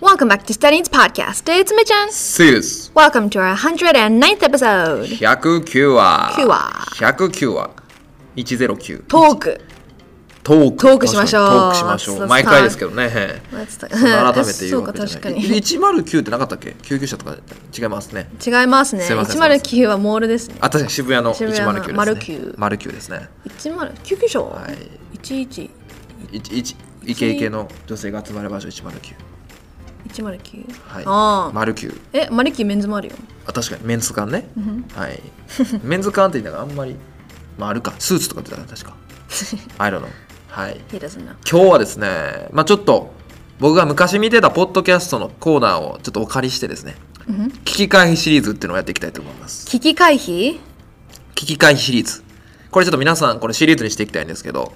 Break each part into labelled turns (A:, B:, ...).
A: Welcome back to Studying's podcast. It's Michan.
B: スイです。
A: Welcome to our 109th episode.
B: 109話。
A: 9話
B: 109話。109。
A: トーク。
B: トーク。
A: トークしましょう
B: トークしましょ
A: Let's
B: う。毎回ですけどね。
A: Let's talk-
B: そんな改めて言うわけ じ
A: そ
B: ゃ
A: う
B: な
A: か
B: い。
A: 確 かに
B: 109ってなかったっけ救急車とか違いますね。
A: 違いますね。
B: すいません
A: 109はモールですね。
B: あ、確かに渋谷の109
A: 渋
B: です
A: 谷の
B: ね。
A: 丸九
B: 丸9ですね。
A: 109救急車
B: はい。
A: ?11。
B: 一一イケイケの女性が集まる場所109。
A: 109。
B: はい。
A: ああ。
B: 丸9。
A: え、マルキーメンズもあるよ。
B: あ、確かにメンズ館ね。はい。メンズ館って言いながらあんまり、まああるか。スーツとか出たら 確か。I don't know。はい。
A: He doesn't know.
B: 今日はですね、まあ、ちょっと僕が昔見てたポッドキャストのコーナーをちょっとお借りしてですね、危機回避シリーズっていうのをやっていきたいと思います
A: 危機回避
B: 危機回避シリーズこれちょっと皆さんこれシリーズにしていきたいんですけど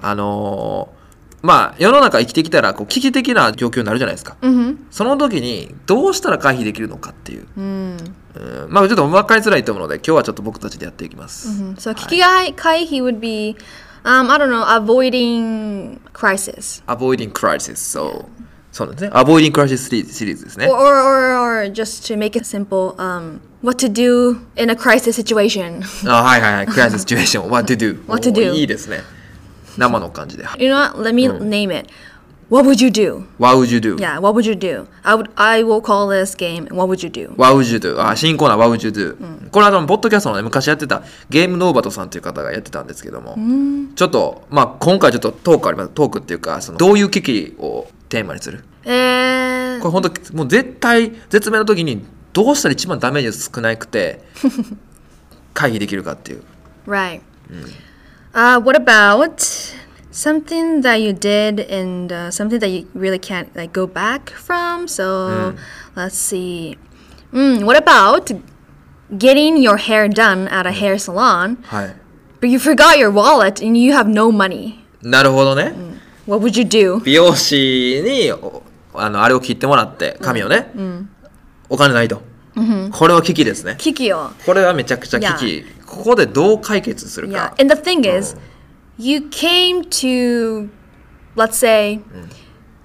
B: あのーまあ世の中生きてきたらこう危機的な状況になるじゃないですか、
A: うんふん。
B: その時にどうしたら回避できるのかっていう、
A: うん。
B: うんまあちょっと分かりづらいと思うので今日はちょっと僕たちでやっていきます、
A: Mhm. So 危機回回避 would be, um, I don't know, avoiding crisis.
B: Avoiding Crisis so そうなんですね Avoiding Crisis シリーズシリーズですね
A: Or, or, or, or just to make it simple, um, what to do in a crisis situation.
B: あはいはいはい。クライシスシチュエーション。What to do.
A: What to do
B: おいいですね。生の感じで。
A: You know what? Let me name it. What would you do?
B: What would you do?
A: Yeah, what would you do? I would I will call this game What would you do?
B: What would you do? あ新コーナー What would you do? これあの、ポッドキャストのね、昔やってたゲームノーバトさんという方がやってたんですけども、ちょっと、まあ今回ちょっとトークあります。トークっていうか、そのどういう危機をテーマにする
A: え
B: これ本当もう絶対、絶命の時にどうしたら一番ダメージ少な くて、回避できるかっていう。
A: right. Uh, what about something that you did and uh, something that you really can't like go back from? So let's see. Mm, what about getting your hair done at a hair salon,
B: はい。
A: but you forgot your wallet and you have no money?
B: なるほどね。
A: What would you do?
B: 美容師におあのあれを切ってもらって髪をね、お金ないと、これは危機ですね
A: Kikyo.
B: これはめちゃくちゃ危機ここでどう解決する
A: Yeah.
B: か
A: And the thing is, you came to, let's say,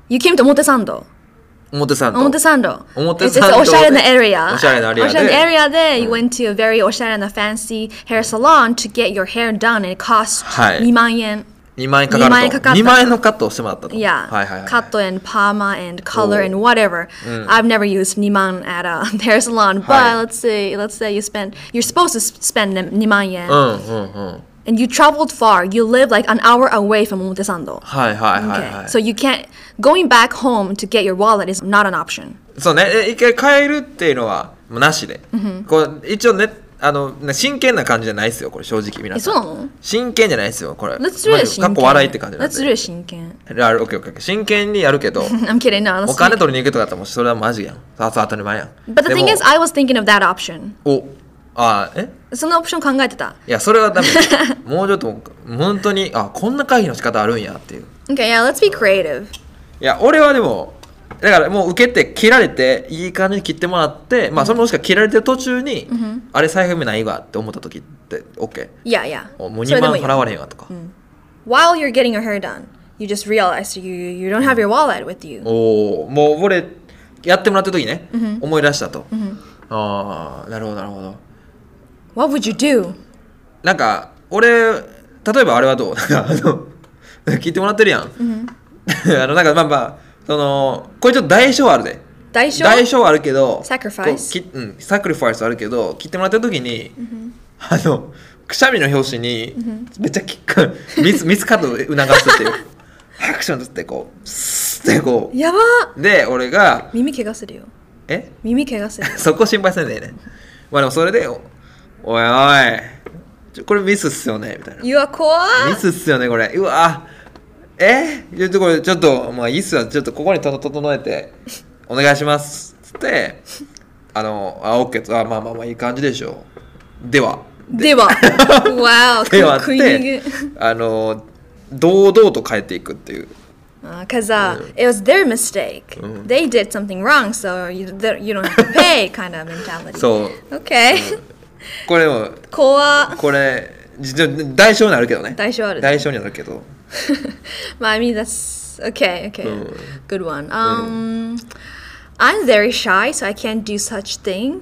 A: you came to Omotesando.
B: 表参道
A: Omotesando.
B: Omotesando
A: It's, it's an
B: で
A: おしゃれな area.
B: おしゃれなエリアで。
A: おしゃれな area で you went to a very おしゃれな fancy hair salon to get your hair done and it cost
B: はい
A: 2万円。
B: 2万円かかると
A: 二万円かかった
B: 二万円のカットをしてもらったと
A: Yeah.
B: はいはいはい
A: Cut and Parma and color
B: お
A: and whatever. I've never used Niman at a hair salon, but
B: はい。
A: let's say let's say you spend you're supposed to s- spend Niman yen
B: うんうんうん
A: and you traveled far. You live like an hour away from Omotesando.
B: はいはいはい
A: Okay.
B: はい、
A: So you can't going back home to get your wallet is not an option.
B: そうねえ一回変えるっていうのはもうなしで、こう一応ねあのね真剣な感じじゃないですよこれ正直皆
A: え
B: さ
A: そ
B: ん
A: うなの
B: 真剣じゃないですよこれ
A: Let's do it.
B: まあかっこ笑いって感じなんで
A: Let's do it. 真剣。
B: あオッケーオッケーオッケー真剣にやるけ ど
A: I'm kidding. No. Let's
B: お金取りに行くとかだったらもうそれはマジやん。さあさあ当たり前やん。
A: But the
B: でも
A: thing is, I was thinking of that option.
B: お、あ、え
A: そのオプション考えてた。
B: いや、それはダメ。もうちょっと、本当に、あ、こんな回避の仕方あるんやっていう。
A: Okay. Yeah. Let's be creative.
B: いや、俺はでも、だからもう受けて、切られて、いい感じに切ってもらって、まあ、それもしか切られてる途中に、あれ、財布目ないわって思った時って、OK。
A: Yeah. Yeah.
B: おもう
A: それで
B: 2万
A: もいい
B: 払われへんわとか。
A: While you're getting your hair done, you just realize you you don't have your wallet with you.
B: おおもう俺やってもらった時ね、思い出したと、ああなるほどなるほど
A: What would you do?
B: なんか俺例えばあれはどう なんかあの聞いてもらってるやん、 あのなんかまあまあそのこれちょっと代償あるで
A: 代償
B: 代償あるけど
A: Sacrifice
B: こうきうん、サクリファイスあるけど聞いてもらった時に、あのくしゃみの拍子に、めっちゃキックミ スミスカットを促すっていうアクションつってこうスッてこ
A: やば
B: うで俺が
A: 耳怪我するよ。
B: え
A: 耳怪我する。
B: そこ心配せんでええねんまあでもそれでおおいおいちょこれミスっすよねみたいな
A: うわ、怖
B: ミ
A: っ
B: スっすよねこれうわえちょっとこれちょっとまあいいっすよちょっとここにと整えてお願いしますつってあのあオッケーとあまあまあまあいい感じでしょうでは
A: で は。わお。
B: ではっ
A: 食い逃げ
B: てあの堂々と変えていくっていう
A: Because uh, it was their mistake. They did something wrong, so you, th- you don't have to pay kind of mentality.
B: そう
A: Okay.
B: これも
A: 怖
B: これじじ代償になるけどね
A: 代償あるね
B: 代償になるけど
A: But I mean, that's okay, okay. Good one. Um, I'm very shy, so I can't do such thing.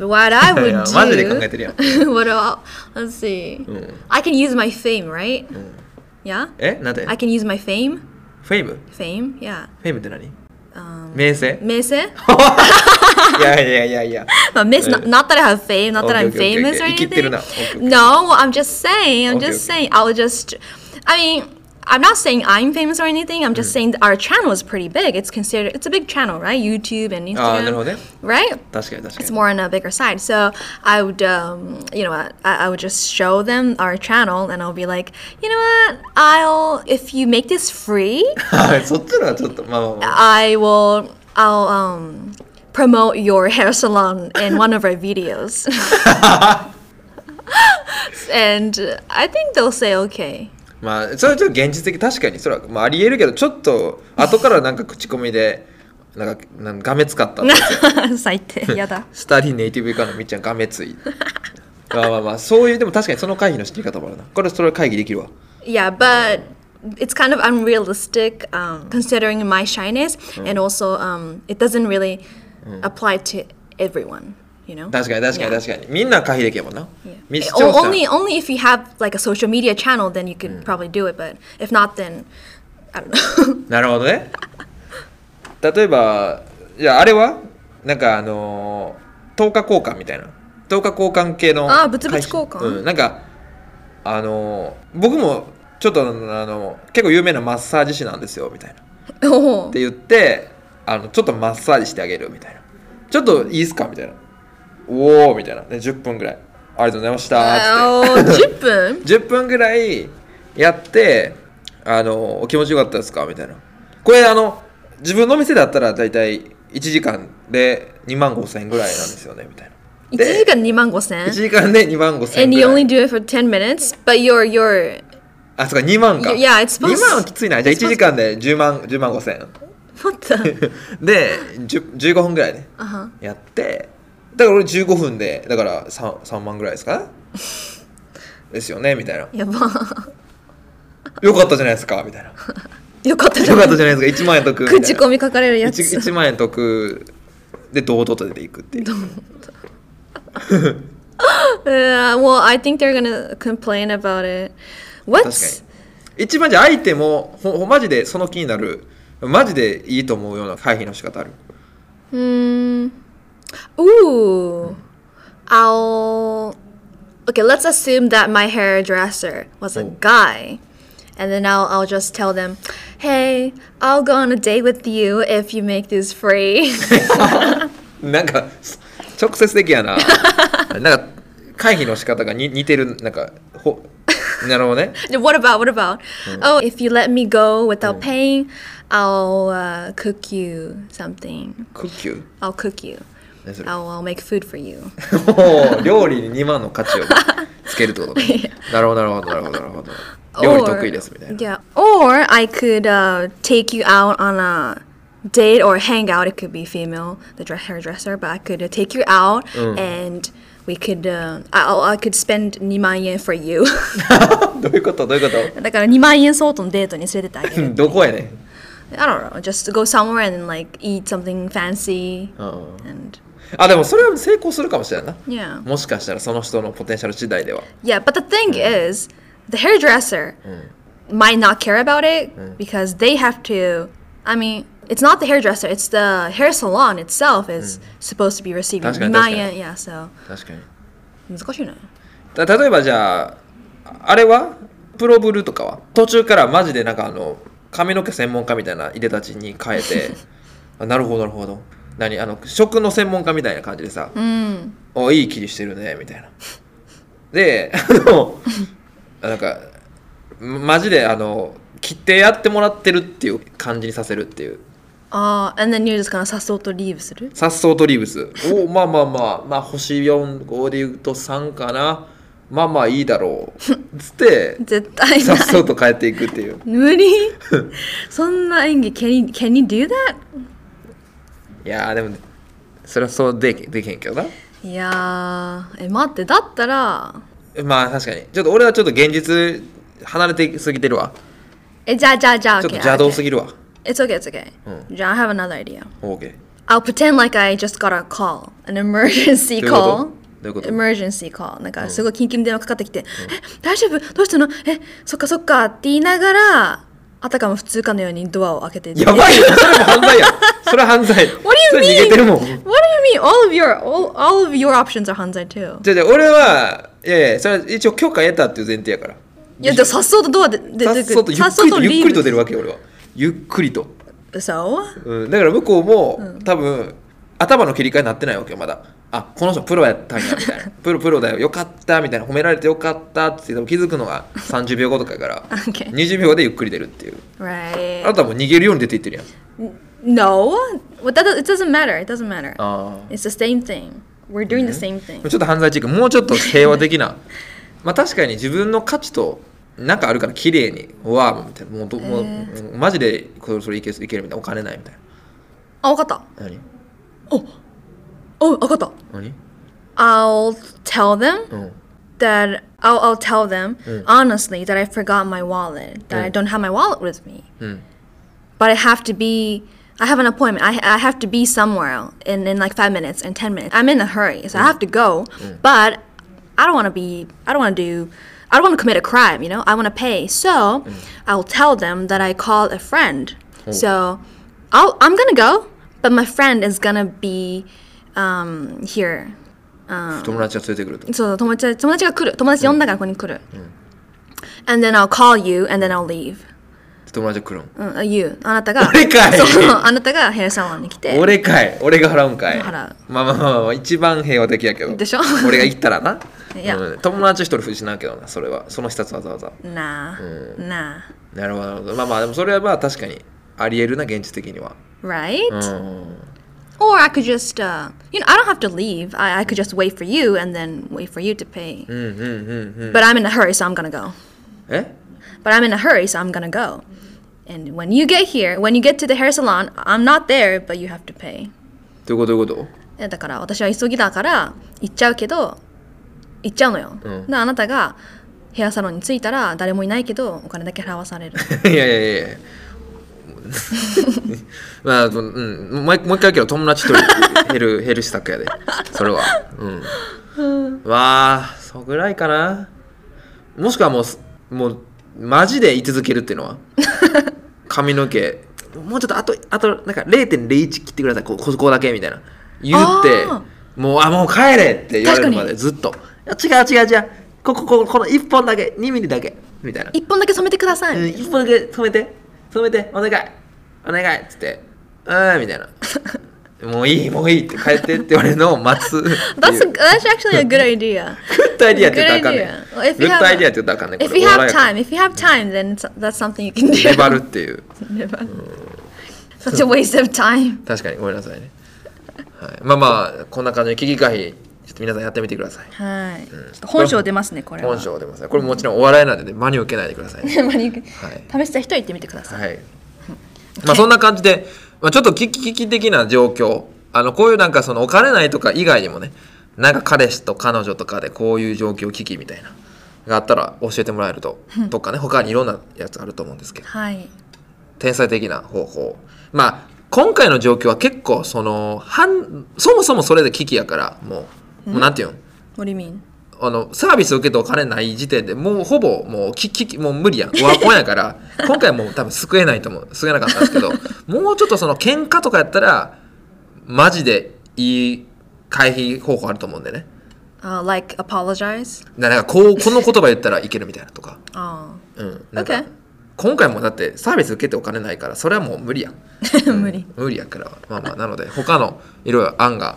B: う
A: But what I
B: いや
A: would
B: い
A: do.
B: やマジで考えてるやん
A: what about? Let's see.
B: ん、うん、
A: I can use my fame, right? Yeah.
B: えなんで
A: I can use my fame.
B: フェイム
A: Fame. Yeah.
B: フェイムって何名声
A: 名声?
B: いやいやいやいや
A: But miss, not, not that I have fame, not that
B: Okay,
A: I'm
B: okay, okay,
A: famous
B: okay.
A: or anything.
B: 生きてるな。Okay, okay.
A: No, I'm just saying. I'm
B: Okay,
A: just saying.
B: okay.
A: I'll just. I mean, I'm not saying I'm famous or anything. I'm just saying
B: Mm.
A: that our channel is pretty big. It's considered. It's a big channel, right? YouTube and
B: ああなるほ
A: Instagram,
B: どね
A: right?
B: 確かに確か
A: It's
B: に
A: more on a bigger side. So I would, um, you know, I, I would just show them our channel, and I'll be like, you know what? I'll if you make this free,
B: そっちのはちょっとまあまあまあ
A: I will. I'll um, promote your hair salon in one of our videos. and uh, I think they'll say okay.
B: まあそれはちょっと現実的確かにそれは、まあ、ありえるけどちょっと後からなんか口コミでなんかなんかガメ使ったとか
A: 最低。やだ。
B: スタディネイティブ以下のみっちゃんガメついまあまあまあそういうでも確かにその会議の仕切り方もあるなこれそれ会議できるわ
A: Yeah, but it's kind of unrealistic um, considering my shyness, and also um, it doesn't really apply to everyone. You know.
B: 確かに確か
A: Yeah.
B: に確かにみんな会議できるもんな、
A: Eh,
B: 未視
A: o-
B: 聴者
A: only only if you have like a social media channel, then you could probably do it. But if not, then I don't know.
B: なるほどね例えばいやあれはなんかあのー、10日交換みたいな10日交換系の
A: あー物々交換
B: 会社うん、なんかあのー、僕もちょっとあの結構有名なマッサージ師なんですよみたいなっ
A: oh.
B: て言ってあのちょっとマッサージしてあげるみたいなちょっといいっすかみたいなおおみたいなで10分ぐらいありがとうございましたっつって
A: 10分
B: 10分ぐらいやってあのお気持ちよかったですかみたいなこれあの自分の店だったら大体1時間で2万5千円ぐらいなんですよねみたいな
A: 1時間2万5
B: 1
A: 千
B: 時間で2万5千円
A: And
B: ぐ
A: you
B: ら
A: only
B: い
A: do it for 10 minutes, but you're, you're,
B: あそうか2万か
A: You- yeah, it's supposed-
B: 2万はきついなじゃあ
A: it's
B: 1時間で10万10万5千円
A: what the?
B: で10 15分ぐらいね
A: Uh-huh.
B: やってだから俺15分でだから 3, 3万ぐらいですかですよねみたいな
A: や ば。
B: よかったじゃないですかみたいな
A: よかったじゃ
B: よ
A: ん
B: かったじゃないですか1万円得みたいな
A: 口コミ書かれるや
B: 1,
A: つ。
B: 1万円得で堂々と出ていくっていう
A: Uh, well, I think they're gonna complain about it.
B: 確か
A: What?
B: に一番じゃあ相手もほほマジでその気になるマジでいいと思うような回避の仕方ある
A: Mm. Ooh. I'll. Okay, let's assume that my hairdresser was a
B: Oh.
A: guy. And then I'll, I'll just tell them, hey, I'll go on a date with you if you make this free.
B: なんか す直接的 やななんか回避の仕方がに似てるなんかほなるほどね
A: what about, what about? Oh, if you let me go without paying, I'll uh, cook you something.
B: クッキュー
A: I'll cook you.
B: 何それ
A: I'll, I'll make food for you.
B: もう料理に2万の価値をつけるってことねなるほどなるほどなるほどなるほど料理得意ですみたいな
A: Yeah. Or I could uh, take you out on a date or hang out. It could be female, the dre- hairdresser, but I could uh, take you out and we could. Uh, I I'll- I could spend 2万円 for you.
B: どういうことどういうこ
A: だから2万円相当のデートに連れてってあげ
B: と う
A: る。
B: んどこやねん
A: I don't know. Just to go somewhere and like eat something fancy
B: うん
A: and
B: あでもそれは成功するかもしれないな
A: yeah.
B: もしかしたらその人のポテンシャル次第では
A: Yeah, but the thing is, the hairdresser might not care about it because they have to. I mean, it's not the hairdresser; it's the hair salon itself is supposed to be receiving
B: 確か
A: 2
B: に、
A: 万
B: 確かに。
A: 円 Yeah, so
B: 確かに
A: 難しいな。
B: た例えばじゃああれはプロブルとかは途中からマジでなんかあの髪の毛専門家みたいないでたちに変えて あなるほどなるほど何あの食の専門家みたいな感じでさ「
A: うん。
B: おいい切りしてるね」みたいなであ のなんかマジであの切ってやってもらってるっていう感じにさせるっていう
A: ああ、and Uh, then you're just gonna さっそうとリーブする。
B: さっそうとリーブスおまあまあまあまあ星45で言うと3かなまあまあいいだろうつ って
A: 絶対
B: さ
A: ない。
B: っ そうと帰っていくっていう
A: 無理。そんな演技 can you can you do that?
B: いやーでもそれはそうできできへんけどない
A: やー、え待ってだったら。
B: まあ確かにちょっと俺はちょっと現実離れてすぎてるわ
A: え、じゃあじゃあじゃあ、
B: ちょっと
A: okay,
B: 邪道
A: okay.
B: すぎるわ
A: It's okay, it's okay. じゃあ、I have another idea.
B: OK
A: I I'll pretend like I just got a call, an emergency
B: どういうこと
A: call.
B: どういうこと
A: emergency call なんかすごい緊急に電話かかってきて「え大丈夫どうしたのえそっかそっか」って言いながらあたかも普通かのようにドアを開けて
B: やばいよそれも犯罪やんそれは犯罪
A: What
B: そ
A: do
B: れ
A: you
B: 逃
A: mean?
B: げてるもん
A: What do you mean? All of your all, all of your options are 犯罪 too.
B: じゃあじゃあ俺はいやいやそれは一応許可得たっていう前提やから
A: いや、じゃあ、さっそうとドアで出
B: さってそうとゆっ
A: 颯
B: くりとゆっくりと
A: る。
B: 出るわけよ俺はゆっくりと、
A: そう
B: うん、だから向こうも、多分頭の切り替えになってないわけよまだあこの人プロやったんやみた いなプロプロだよよかったみたいな褒められてよかったって多分気づくのが30秒後とかやから
A: Okay.
B: 20秒後でゆっくり出るっていうあ
A: Right.
B: なたはもう逃げるように出ていってるやん
A: No. What that, it doesn't matter. It doesn't matter.
B: ああ
A: It's the same thing. We're doing the
B: Mm-hmm.
A: same thing.
B: ちょっと犯罪チックもうちょっと平和的な まあ確かに自分の価値となんかあるから綺麗にうわあみたいなもうど、もう
A: えー
B: うんマジでこれそれいけいけるみたいなお金ないみたい
A: あ、わかった。
B: な何
A: おお、わかった。
B: 何
A: I'll tell them
B: うん
A: that I'll, I'll tell them honestly that I forgot my wallet, that I
B: うん
A: don't have my wallet with me.
B: うん
A: but I have to be. I have an appointment. I, I have to be somewhere in, in like five minutes and ten minutes. I'm in a hurry, so I have to go. But I don't want to be. I don't want to do. I don't want to commit a crime. You know, I want to pay. So I'll tell them that I called a friend. So I'll, I'm gonna go, but my friend is gonna be um, here.
B: 友達が連れてくると
A: そう友達友達が来る友達呼んだからここに来る。And then I'll call you, and then I'll leave.
B: 友達が来るん
A: うん、あ you あなたが
B: 俺かい
A: そうあなたがヘアサロンに来て
B: 俺かい俺が払うんかい
A: 払う
B: まあまあまあまあ一番平和的やけど
A: でしょ
B: 俺が行ったら ない
A: や
B: うん友達一人失うけどなそれはその一つわざわざ
A: なあ、なあ
B: なるほどなるほどまあまあでもそれはまあ確かにありえるな現実的には
A: right、
B: うん
A: or I could just uh, you know I don't have to leave I, I could just wait for you and then wait for you to pay
B: うんうんうんうん
A: but I'm in a hurry so I'm gonna go
B: え
A: but I'm in a hurry so I'm gonna go and when you get here when you get to the hair salon I'm not there but you have to pay
B: どういうことどういうこと
A: えだから私は急ぎだから行っちゃうけど行っちゃうのよ、
B: うん
A: であなたがヘアサロンに着いたら誰もいないけどお金だけ払わされる
B: いやいやいやいやまあ、うん、もう一もう一回言うけど友達と減 る減る施策やでそれはうんわあそぐらいかなもしくはもうすもうマジで居続けるっていう のは髪の毛もうちょっとあとあとなんか0.01切ってくださいこここだけみたいな言って
A: あ
B: もうあもう帰れって言われ
A: 確
B: る
A: か
B: ま
A: に
B: でずっといや違う違う違うこここここの1本だけ2ミリだけみたいな
A: 一本だけ染めてください、
B: うん、一本だけ止めて止めてお願いお願いっつってうーんみた いなもういいもういいって帰ってって言われるのを待つ っていう
A: That's a,
B: グ
A: that's actually a good idea.
B: ッドアイディアって言ったらあかんね
A: Good idea. Well,
B: ん
A: if
B: グ
A: you
B: ッ
A: have-
B: ドアイディアって言ったらあかんねん
A: If
B: これ
A: you
B: お
A: have
B: 笑いやから
A: time, if you have time, then it's, that's something you can do.
B: 粘るっていう
A: Never. Such a waste of time.
B: 確かにごめんなさいね、はい、まあまあこんな感じで危機回避ちょっと皆さんやってみてください
A: はい。ちょっと本性出ますねこれは。
B: 本性でもさこれもちろんお笑いなんでね真に受けないでください ね
A: まあいいけど
B: は
A: 試した人は言ってみてください。
B: はいまあそんな感じで、まあ、ちょっと危機危機的な状況あのこういうなんかそのお金ないとか以外にもねなんか彼氏と彼女とかでこういう状況危機みたいながあったら教えてもらえると、とかね他にいろんなやつあると思うんですけど
A: はい。
B: 天才的な方法まあ今回の状況は結構そのはんそもそもそれで危機やからもう,、もうなんていうの
A: What do you mean?
B: あのサービス受けてお金ない時点でもうほぼもうききもう無理やんワコンやから 今回もう多分救えないと思う救えなかったんですけどもうちょっとその喧嘩とかやったらマジでいい回避方法あると思うんでね
A: Uh, like apologize?
B: ななんかこうこの言葉言ったらいけるみたいなとか,、
A: あ
B: うん、なんか
A: Okay
B: 今回もだってサービス受けてお金ないからそれはもう無理やん
A: あ。無理。
B: 無理やからまあまあなので他のいろいろ案が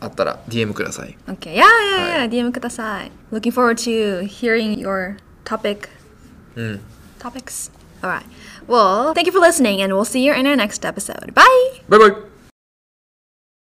B: あったら DM ください
A: Okay. Yeah, yeah, yeah. DM ください。Looking forward to hearing your topic.
B: うん
A: Topics. All right. Well, thank you for listening, and we'll see you in our next episode. Bye.
B: バイバイ